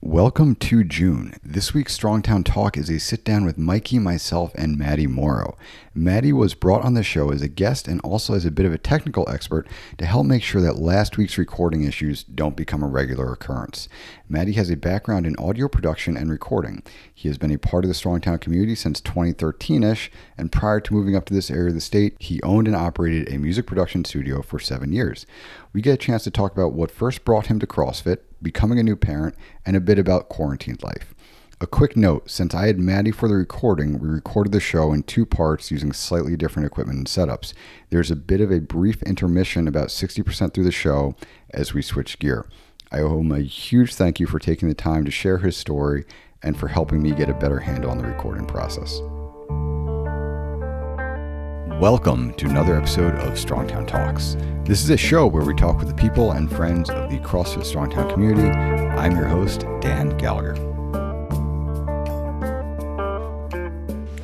Welcome to June. This week's Strongtown Talk is a sit down with Mikey, myself, and Maddie Morrow. Maddie was brought on the show as a guest and also as a bit of a technical expert to help make sure that last week's recording issues don't become a regular occurrence. Maddie has a background in audio production and recording. He has been a part of the Strongtown community since 2013 ish, and prior to moving up to this area of the state, he owned and operated a music production studio for seven years. We get a chance to talk about what first brought him to CrossFit, becoming a new parent, and a bit about quarantine life. A quick note since I had Maddie for the recording, we recorded the show in two parts using slightly different equipment and setups. There's a bit of a brief intermission about 60% through the show as we switch gear. I owe him a huge thank you for taking the time to share his story and for helping me get a better handle on the recording process. Welcome to another episode of Strongtown Talks. This is a show where we talk with the people and friends of the CrossFit Strongtown community. I'm your host, Dan Gallagher.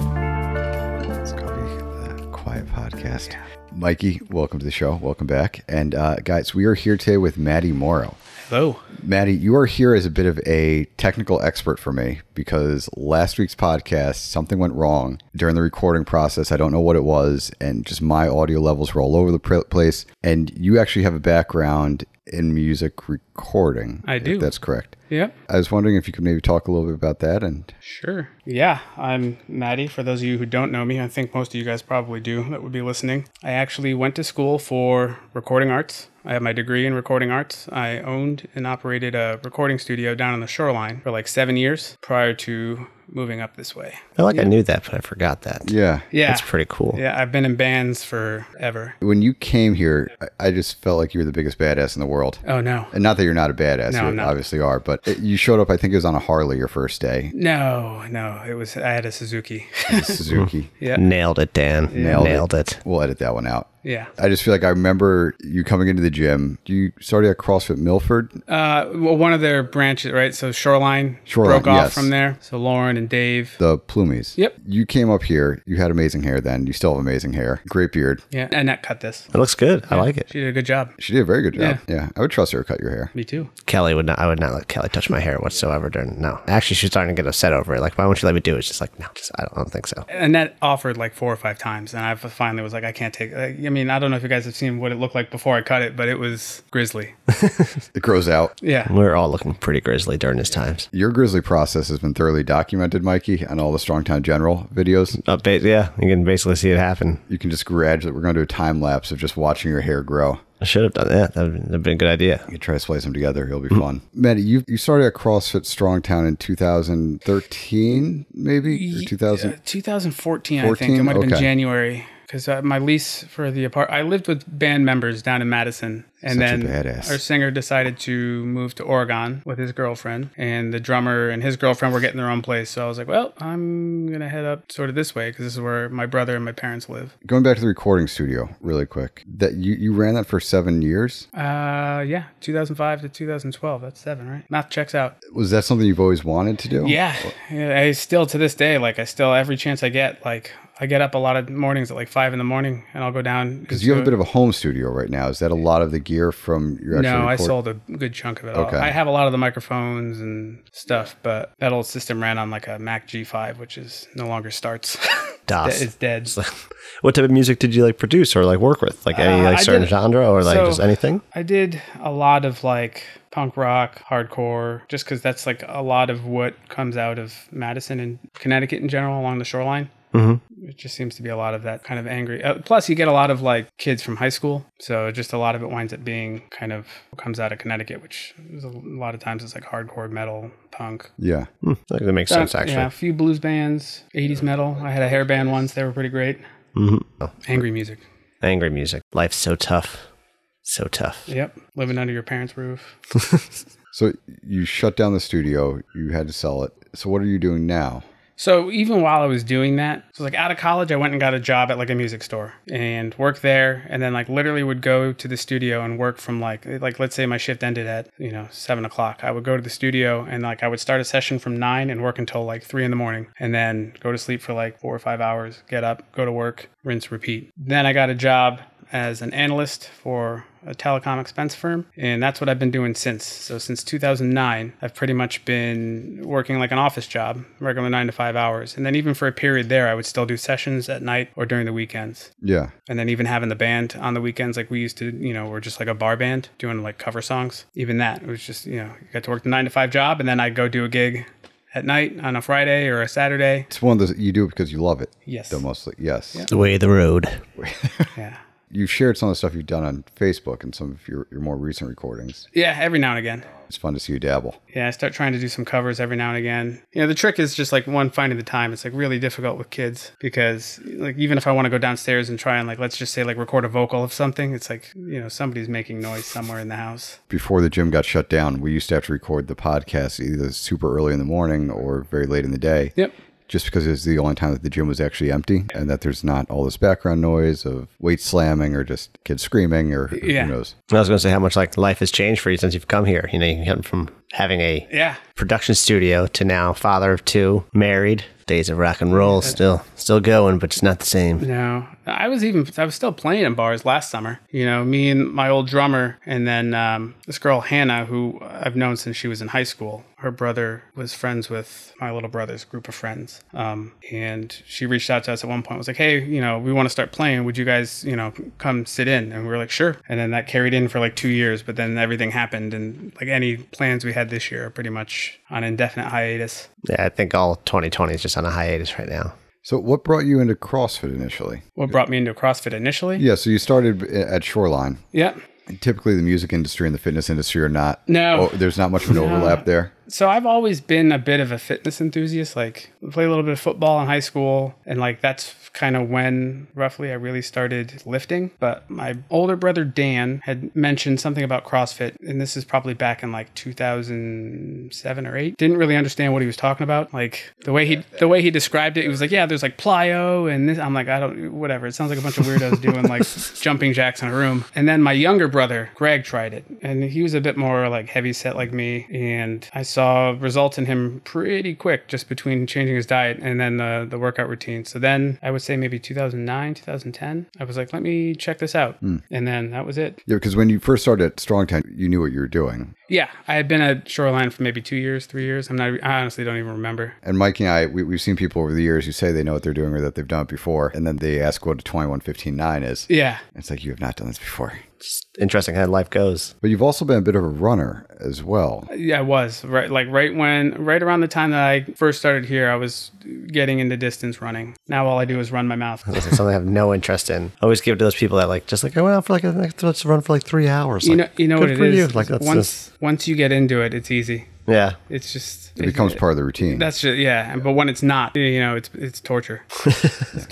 Let's copy the quiet podcast. Mikey, welcome to the show. Welcome back. And uh, guys, we are here today with Maddie Morrow. Hello. Maddie, you are here as a bit of a technical expert for me because last week's podcast, something went wrong during the recording process. I don't know what it was, and just my audio levels were all over the pr- place. And you actually have a background in music recording. I if do. that's correct. Yep. I was wondering if you could maybe talk a little bit about that. And Sure. Yeah, I'm Maddie. For those of you who don't know me, I think most of you guys probably do that would be listening. I actually went to school for recording arts. I have my degree in recording arts. I owned and operated a recording studio down on the shoreline for like seven years prior to moving up this way. I feel like I knew that, but I forgot that. yeah. Yeah. That's pretty cool. Yeah, I've been in bands forever. When you came here, I I just felt like you were the biggest badass in the world. Oh, no. And not that you're not a badass, No, you I'm not. obviously are, but you showed up, I think it was on a Harley your first day, No, no. It was, I had a Suzuki. Suzuki. yeah. Nailed it, Dan. Nailed Nailed, it. it. We'll edit that one out. Yeah. I just feel like I remember you coming into the gym. You started at CrossFit Milford. Uh, well, one of their branches, right? So Shoreline, Shoreline, broke off yes. from there. So Lauren and Dave. The Plumies. Yep. You came up here. You had amazing hair then. You still have amazing hair. Great beard. Yeah, Annette cut this. It looks good. I like it. She did a good job. She did a very good job. Yeah. Yeah. I would trust her to cut your hair. Me too. Kelly would not. I would not let Kelly touch my hair whatsoever. During no, actually, she's starting to get upset over it. Like, why won't you let me do it? She's like, no, just I don't, I don't think so. Annette offered like four or five times, and I finally was like, I can't take. Like, I mean, I don't know if you guys have seen what it looked like before I cut it, but it was grisly. It grows out. Yeah. We were all looking pretty grisly during these times. Your grizzly process has been thoroughly documented, Mikey, on all the Strongtown General videos. Uh, ba- yeah, you can basically see it happen. You can just gradually, we're going to do a time lapse of just watching your hair grow. I should have done that. That would have been a good idea. You try to splice them together. It'll be Mm-hmm. fun. Maddie, you, you started at CrossFit Strongtown in 2013, maybe? Or 2000? Uh, 2014, I 14? think it might have been Okay. January because uh, my lease for the apart. I lived with band members down in Madison, and Such a then badass. our singer decided to move to Oregon with his girlfriend, and the drummer and his girlfriend were getting their own place. So I was like, well, I'm gonna head up sort of this way because this is where my brother and my parents live. going back to the recording studio really quick that you, you ran that for seven years Uh, yeah, 2005 to 2012. That's seven, right? Math checks out. was that something you've always wanted to do Yeah, yeah. I still to this day, like I still every chance I get, like I get up a lot of mornings at like five in the morning, and I'll go down because you have a bit of a home studio right now is that a lot of the gear from your actual No, I record- sold a good chunk of it. Okay. All. I have a lot of the microphones and stuff, but that old system ran on like a Mac G5, which is no longer starts. Das. it's dead. what type of music did you like produce or like work with? Like any Uh, like I certain did- genre or like so- just anything? I did a lot of like punk rock, hardcore, just because that's like a lot of what comes out of Madison and Connecticut in general along the shoreline. Mm-hmm. It just seems to be a lot of that kind of angry. Uh, plus, you get a lot of like kids from high school, so just a lot of it winds up being kind of what comes out of Connecticut, which is a lot of times it's like hardcore metal, punk. yeah Hmm, I think that makes sense Uh, actually. yeah, a few blues bands, '80s metal. I had a hair band once; they were pretty great. hmm Oh, Angry music. angry music. Life's so tough. So tough. Yep, living under your parents' roof. so you shut down the studio you had to sell it so what are you doing now So even while I was doing that, so like out of college, I went and got a job at like a music store and worked there, and then like literally would go to the studio and work from like like let's say my shift ended at you know seven o'clock, I would go to the studio and like I would start a session from nine and work until like three in the morning, and then go to sleep for like four or five hours, get up, go to work, rinse, repeat. Then I got a job as an analyst for a telecom expense firm, and that's what I've been doing since. So since 2009, I've pretty much been working like an office job, regular nine to five hours, and then even for a period there, I would still do sessions at night or during the weekends, Yeah. and then even having the band on the weekends, like we used to, you know, we're just like a bar band doing like cover songs. Even that it was just, you know, you got to work the nine to five job, and then I go do a gig at night on a Friday or a Saturday. It's one of those you do it because you love it. Yes. Though mostly, yes. The way of the road. Yeah. You've shared some of the stuff you've done on Facebook and some of your, your more recent recordings. Yeah, every now and again. It's fun to see you dabble. Yeah, I start trying to do some covers every now and again. You know, the trick is just like one finding the time. It's like really difficult with kids because like even if I want to go downstairs and try and like let's just say like record a vocal of something, it's like, you know, somebody's making noise somewhere in the house. Before the gym got shut down, we used to have to record the podcast either super early in the morning or very late in the day. Yep. Just because it's the only time that the gym was actually empty and that there's not all this background noise of weight slamming or just kids screaming or who- Yeah. who knows. I was going to say how much like life has changed for you since you've come here. You know, you come from having a Yeah. production studio to now father of two, married. Days of rock and roll still still going, but it's not the same. No, I was even I was still playing in bars last summer. You know, me and my old drummer, and then um, this girl Hannah, who I've known since she was in high school. Her brother was friends with my little brother's group of friends, um, and she reached out to us at one point. Was like, "Hey, you know, we want to start playing. Would you guys, you know, come sit in?" And we were like, "Sure." And then that carried in for like two years, but then everything happened, and like any plans we had this year are pretty much on indefinite hiatus. Yeah, I think all 2020 is just on a hiatus right now. So, what brought you into CrossFit initially? What brought me into CrossFit initially? Yeah, so you started at Shoreline. Yeah. Typically, the music industry and the fitness industry are not. No. Oh, there's not much of an overlap there. so I've always been a bit of a fitness enthusiast. Like I played a little bit of football in high school, and like that's kind of when roughly I really started lifting. But my older brother Dan had mentioned something about CrossFit, and this is probably back in like 2007 or 8. Didn't really understand what he was talking about. Like the way he the way he described it, he was like, "Yeah, there's like plyo," and this. I'm like, I don't whatever. It sounds like a bunch of weirdos doing like jumping jacks in a room. And then my younger brother Greg tried it, and he was a bit more like heavy set like me, and I saw results in him pretty quick just between changing his diet and then the the workout routine. So then I would say maybe 2009, 2010, I was like, let me check this out, and then that was it. Yeah, because when you first started at Strongtown, you knew what you were doing. Yeah, I had been at Shoreline for maybe two years, three years. I'm not. I honestly don't even remember. And Mikey and I, we, we've seen people over the years who say they know what they're doing or that they've done it before, and then they ask what a 21159 is. Yeah. It's like, you have not done this before. Just interesting how life goes. But you've also been a bit of a runner as well. Yeah, I was right. Like right when, right around the time that I first started here, I was getting into distance running. Now all I do is run my mouth. It's something I have no interest in. I always give it to those people that like just like I went out for like a, like, let's run for like three hours. You know, Like, you know good what it for is. You. Like that's once once you get into it, it's easy. just- yeah. It's just It becomes part of the routine. That's just, yeah, but when it's not, you know, it's it's torture.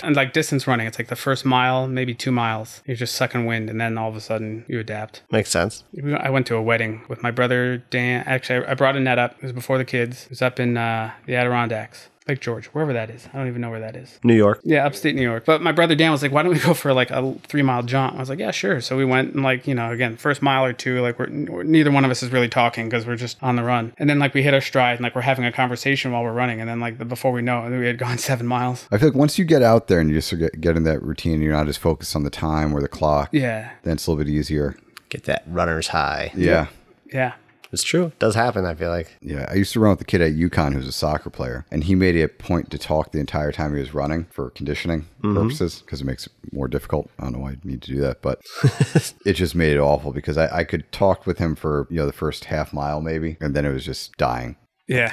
and like distance running, it's like the first mile, maybe two miles, you're just sucking wind, and then all of a sudden you adapt. Makes sense. We- I went to a wedding with my brother Dan. Actually, I I brought Annette up. It was before the kids. It was up in uh, the Adirondacks, Lake George, wherever that is. I don't even know where that is. New York. Yeah, upstate New York. But my brother Dan was like, "Why don't we go for like a three mile jaunt?" I was like, "Yeah, sure." So we went and like you know again first mile or two, like we're, we're neither one of us is really talking because we're just on the run. And then like we hit our stride and like we're having a conversation while we're running. And then like the, before we know, it, we had gone seven miles. I feel like once you get out there and you just get, get in that routine, you're not as focused on the time or the clock, Yeah, then it's a little bit easier. Get that runner's high. Yeah. yeah, It's true. It does happen. I feel like Yeah, I used to run with a kid at UConn who's a soccer player, and he made it a point to talk the entire time he was running for conditioning Mm-hmm. purposes because it makes it more difficult. I don't know why you need to do that, but it just made it awful because I, I could talk with him for you know the first half mile maybe, and then it was just dying. yeah.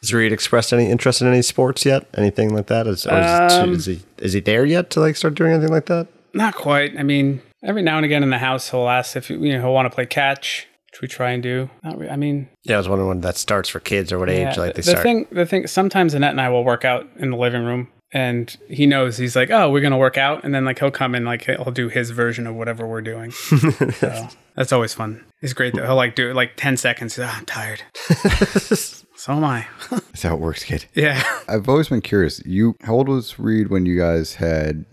Has Reed expressed any interest in any sports yet? Anything like that? Is, or is, Um, it too- is he is he there yet to like start doing anything like that? Not quite. I mean, every now and again in the house, he'll ask if you know he'll want to play catch, which we try and do. Not re- I mean, Yeah, I was wondering when that starts for kids or what age Yeah, like the they start. thing, the thing. Sometimes Annette and I will work out in the living room, and he knows he's like, "Oh, we're gonna work out," and then like he'll come and like he'll do his version of whatever we're doing. so that's always fun. It's great that he'll like do it like ten seconds. He's, "Ah, I'm tired. so am I. That's how it works, kid. yeah. I've always been curious. You, how old was Reed when you guys had?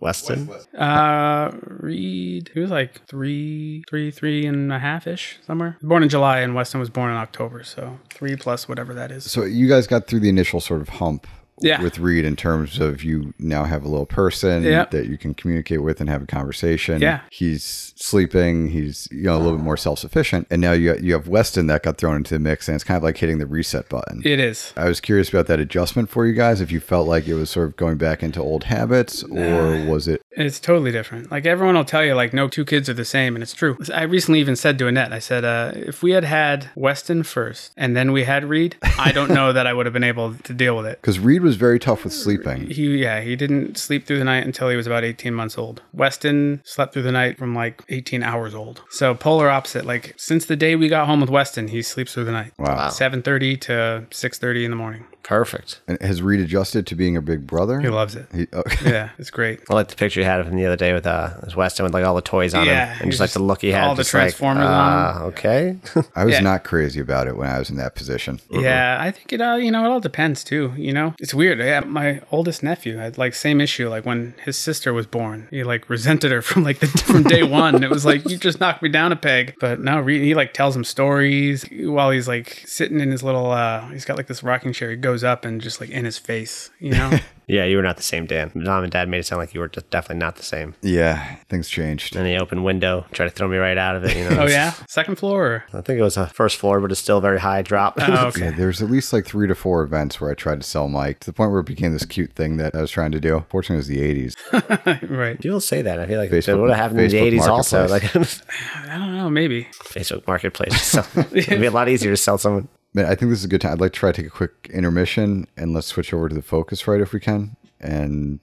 Weston. Uh, Reed. He was like three, three, three and a half ish somewhere. Born in July, and Weston was born in October, so three plus whatever that is. So you guys got through the initial sort of hump Yeah. with Reed in terms of you now have a little person Yep. that you can communicate with and have a conversation. Yeah. He's sleeping, he's you know a little bit more self-sufficient. And now you you have Weston that got thrown into the mix and it's kind of like hitting the reset button. It is. I was curious about that adjustment for you guys if you felt like it was sort of going back into old habits or was it It's totally different. Like everyone will tell you, like no two kids are the same, and it's true. I recently even said to Annette, I said, uh, if we had had Weston first and then we had Reed, I don't know that I would have been able to deal with it. cuz Reed was very tough with sleeping. He, yeah, he didn't sleep through the night until he was about 18 months old. Weston slept through the night from like 18 hours old. So polar opposite. Like since the day we got home with Weston, he sleeps through the night. Wow. 7:30 to 6:30 in the morning. Perfect. And has Reed adjusted to being a big brother? He loves it. He- oh, okay. Yeah, it's great. I like the picture you had of him the other day with uh his Weston with like all the toys on Yeah, him he and just like just- the look he had. all the just like, Transformers on uh, Okay. I was Yeah. not crazy about it when I was in that position. Yeah, I think it all you know it all depends too. You know, it's weird. Yeah, my oldest nephew had like same issue. Like when his sister was born, he like resented her from like the, from day one. It was like you just knocked me down a peg. But no, Reed, he like tells him stories while he's like sitting in his little. uh He's got like this rocking chair. He goes up and just like in his face. You know, yeah, you were not the same, Dan. Mom and Dad made it sound like you were just definitely not the same. Yeah, things changed. And the open window tried to throw me right out of it. You know. oh yeah, second floor. Or? I think it was a first floor, but it's still a very high drop. Oh, Yeah, okay. there's at least like three to four events where I tried to sell Mike to the point where it became this cute thing that I was trying to do. Fortunately, it was the 80s. right. People say that. I feel like Facebook- it would have happened in the Facebook eighties also. Like Marketplace. I don't know. Maybe. Facebook Marketplace. So it'd be a lot easier to sell someone. Man, I think this is a good time. I'd like to try to take a quick intermission and let's switch over to the focus right if we can and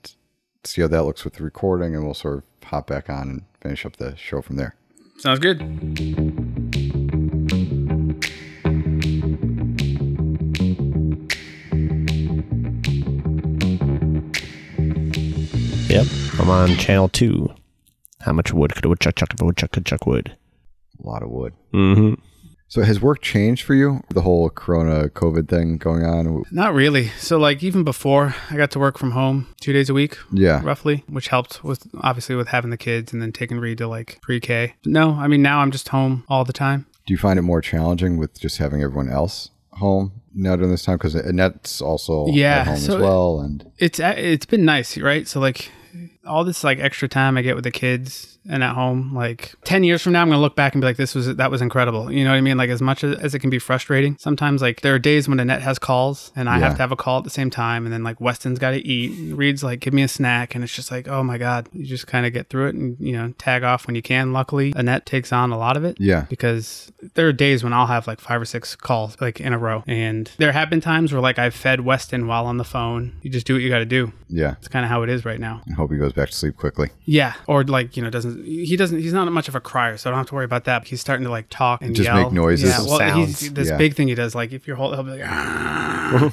see how that looks with the recording and we'll sort of hop back on and finish up the show from there. Sounds good. Yep. I'm on channel two. How much wood could a woodchuck chuck if a woodchuck could chuck wood? A lot of wood. Mm-hmm. So has work changed for you? The whole corona COVID thing going on? Not really. So like even before I got to work from home two days a week. Yeah. roughly, which helped with obviously with having the kids and then taking Reed to like pre-K. No, I mean now I'm just home all the time. Do you find it more challenging with just having everyone else home now during this time? Because Annette's also Yeah, at home so- as well. And It's it's been nice, right? So like all this like extra time I get with the kids and at home, like 10 years from now I'm going to look back and be like this was that was incredible. You know what I mean? Like as much as, as it can be frustrating, sometimes like there are days when Annette has calls and I have Yeah. to have a call at the same time and then like Weston's got to eat, Reed's like give me a snack and it's just like oh my god, you just kind of get through it and you know tag off when you can. Luckily, Annette takes on a lot of it. yeah. because there are days when I'll have like five or six calls like in a row. And there have been times where like I've fed Weston while on the phone. You just do what you got to do. Yeah. It's kind of how it is right now. And hope he goes back to sleep quickly. Yeah. Or like, you know, doesn't, he doesn't, he's not much of a crier. So I don't have to worry about that. He's starting to like talk and Just yell. make noises. Yeah. Well, he's, Sounds. this Yeah. big thing he does, like if you're holding, he'll be like,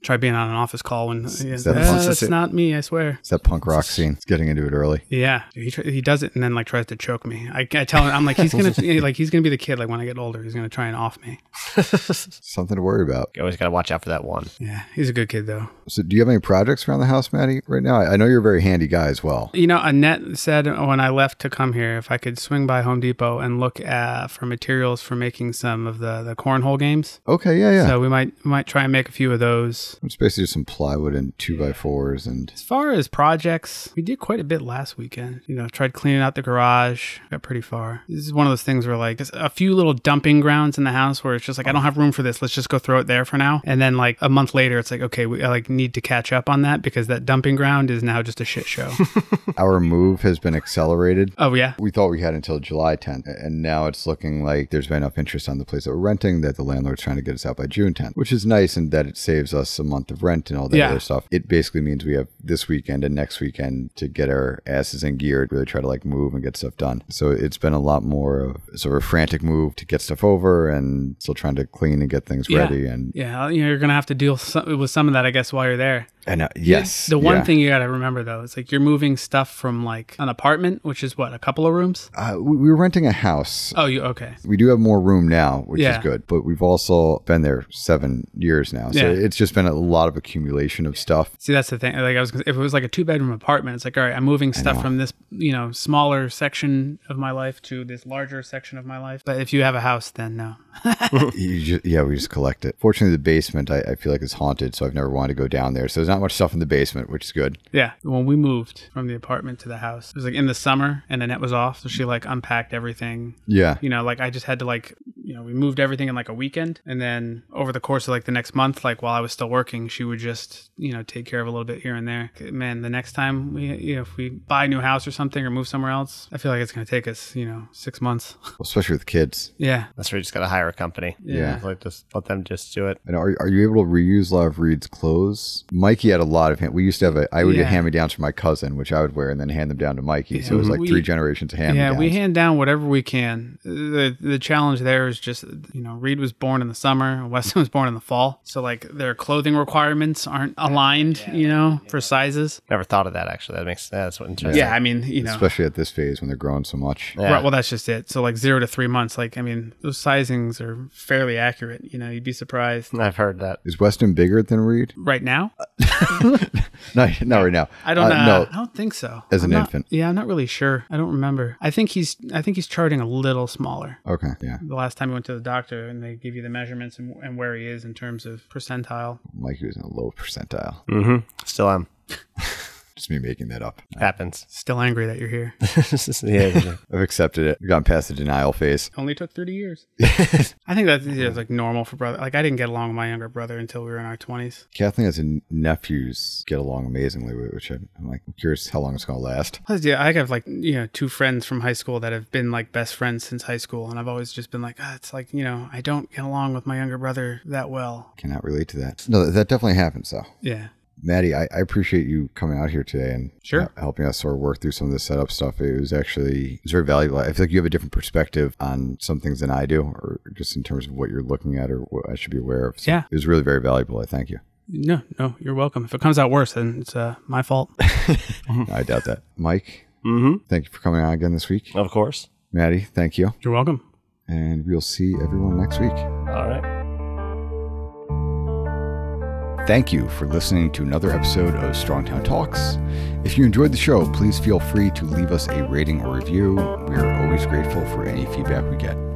try being on an office call when yeah, that "Ah, fun? that's not me, I swear. It's that punk rock scene. It's getting into it early. Yeah, he tr- he does it and then like tries to choke me. I, I tell him I'm like he's gonna like he's gonna be the kid like when I get older he's gonna try and off me. Something to worry about. You always gotta watch out for that one. Yeah, he's a good kid though. So, do you have any projects around the house, Maddie, right now? I I know you're a very handy guy as well. You know, Annette said when I left to come here, if I could swing by Home Depot and look at, for materials for making some of the, the cornhole games. Okay, yeah, yeah. So we might we might try and make a few of those. it's basically just some plywood and two by fours, and As far as projects, we did quite a bit last weekend. You know, tried cleaning out the garage, got pretty far. This is one of those things where like there's a few little dumping grounds in the house where it's just like I don't have room for this. Let's just go throw it there for now. And then like a month later, it's like okay, we I, like need to catch up on that because that dumping ground is now just a shit show. our move has been accelerated. oh yeah, We thought we had until July 10th, and now it's looking like there's been enough interest on the place that we're renting that the landlord's trying to get us out by June 10th, which is nice in that it saves us a month of rent and all that Yeah. other stuff. It basically means we have this weekend and next weekend to get our asses in gear, really try to like move and get stuff done. So it's been a lot more of sort of a frantic move to get stuff over and still trying to clean and get things Yeah. ready. And Yeah, you know, you're gonna have to deal so- with some of that, I guess, while you're there. And uh, yes, The one yeah. thing you got to remember though is like you're moving stuff from like an apartment, which is what a couple of rooms. uh, we we were renting a house. Oh, you okay? We do have more room now, which Yeah. is good. But we've also been there seven years now, so Yeah. it's just been a lot of accumulation of stuff. See, that's the thing. Like I was, gonna- if it was like a two bedroom apartment, it's like all right, I'm moving stuff from this you know smaller section of my life to this larger section of my life. But if you have a house, then no. You ju- yeah, we just collect it. Fortunately, the basement I, I feel like is haunted, so I've never wanted to go down there. So there's not much stuff in the basement, which is good. Yeah. When we moved from the apartment to the house, it was like in the summer and Annette was off. So she like unpacked everything. Yeah, You know, like I just had to like, you know, we moved everything in like a weekend. And then over the course of like the next month, like while I was still working, she would just, you know, take care of a little bit here and there. Man, the next time we, you know, if we buy a new house or something or move somewhere else, I feel like it's going to take us, you know, six months. especially with kids. yeah. That's where you just gotta hire a company. Yeah. Like just let them just do it. And are, are you able to reuse a lot of Reed's clothes? Mikey had a lot of hand. We used to have a. I would Yeah. get hand me downs from my cousin, which I would wear and then hand them down to Mikey. so it was like we- three generations of hand me yeah, downs. we hand down whatever we can. The the challenge there is just you know, Reed was born in the summer, Weston was born in the fall. So like their clothing requirements aren't aligned, you know, for sizes. Never thought of that actually. That makes that's what interesting. Yeah, I mean, you know. especially at this phase when they're growing so much. Yeah. Right, well, that's just it. So like 0 to 3 months, like I mean, those sizings are fairly accurate, you know, you'd be surprised. I've heard that. Is Weston bigger than Reed? Right now? No, not right now. I don't Uh, know. I No, don't think so. As I'm an not- infant. Yeah, I'm not really sure. I don't remember. I think he's I think he's charting a little smaller. okay, yeah. the last time we went to the doctor and they give you the measurements and, and where he is in terms of percentile. Mikey was in a low percentile. Mm-hmm. Still am. Just me making that up. Happens. Still angry that you're here. yeah, yeah. I've accepted it. We've gone past the denial phase. Only took 30 years. I think that's yeah, it's like normal for brother. Like I didn't get along with my younger brother until we were in our 20s. Kathleen has a nephews get along amazingly, which I'm, I'm like curious how long it's going to last. Plus, yeah, I have like you know two friends from high school that have been like best friends since high school, and I've always just been like, ah, it's like you know I don't get along with my younger brother that well. Cannot relate to that. No, that- that definitely happens though. Yeah, Maddie, I, I appreciate you coming out here today and Sure. hel- helping us sort of work through some of the setup stuff. It was actually it was very valuable. I feel like you have a different perspective on some things than I do, or just in terms of what you're looking at or what I should be aware of. So Yeah. It was really very valuable. I thank you. no, no, you're welcome. If it comes out worse, then it's uh, my fault. I doubt that. Mike, Mm-hmm. thank you for coming on again this week. Of course. Maddie, thank you. You're welcome. And we'll see everyone next week. All right. Thank you for listening to another episode of Strongtown Talks. If you enjoyed the show, please feel free to leave us a rating or review. We are always grateful for any feedback we get.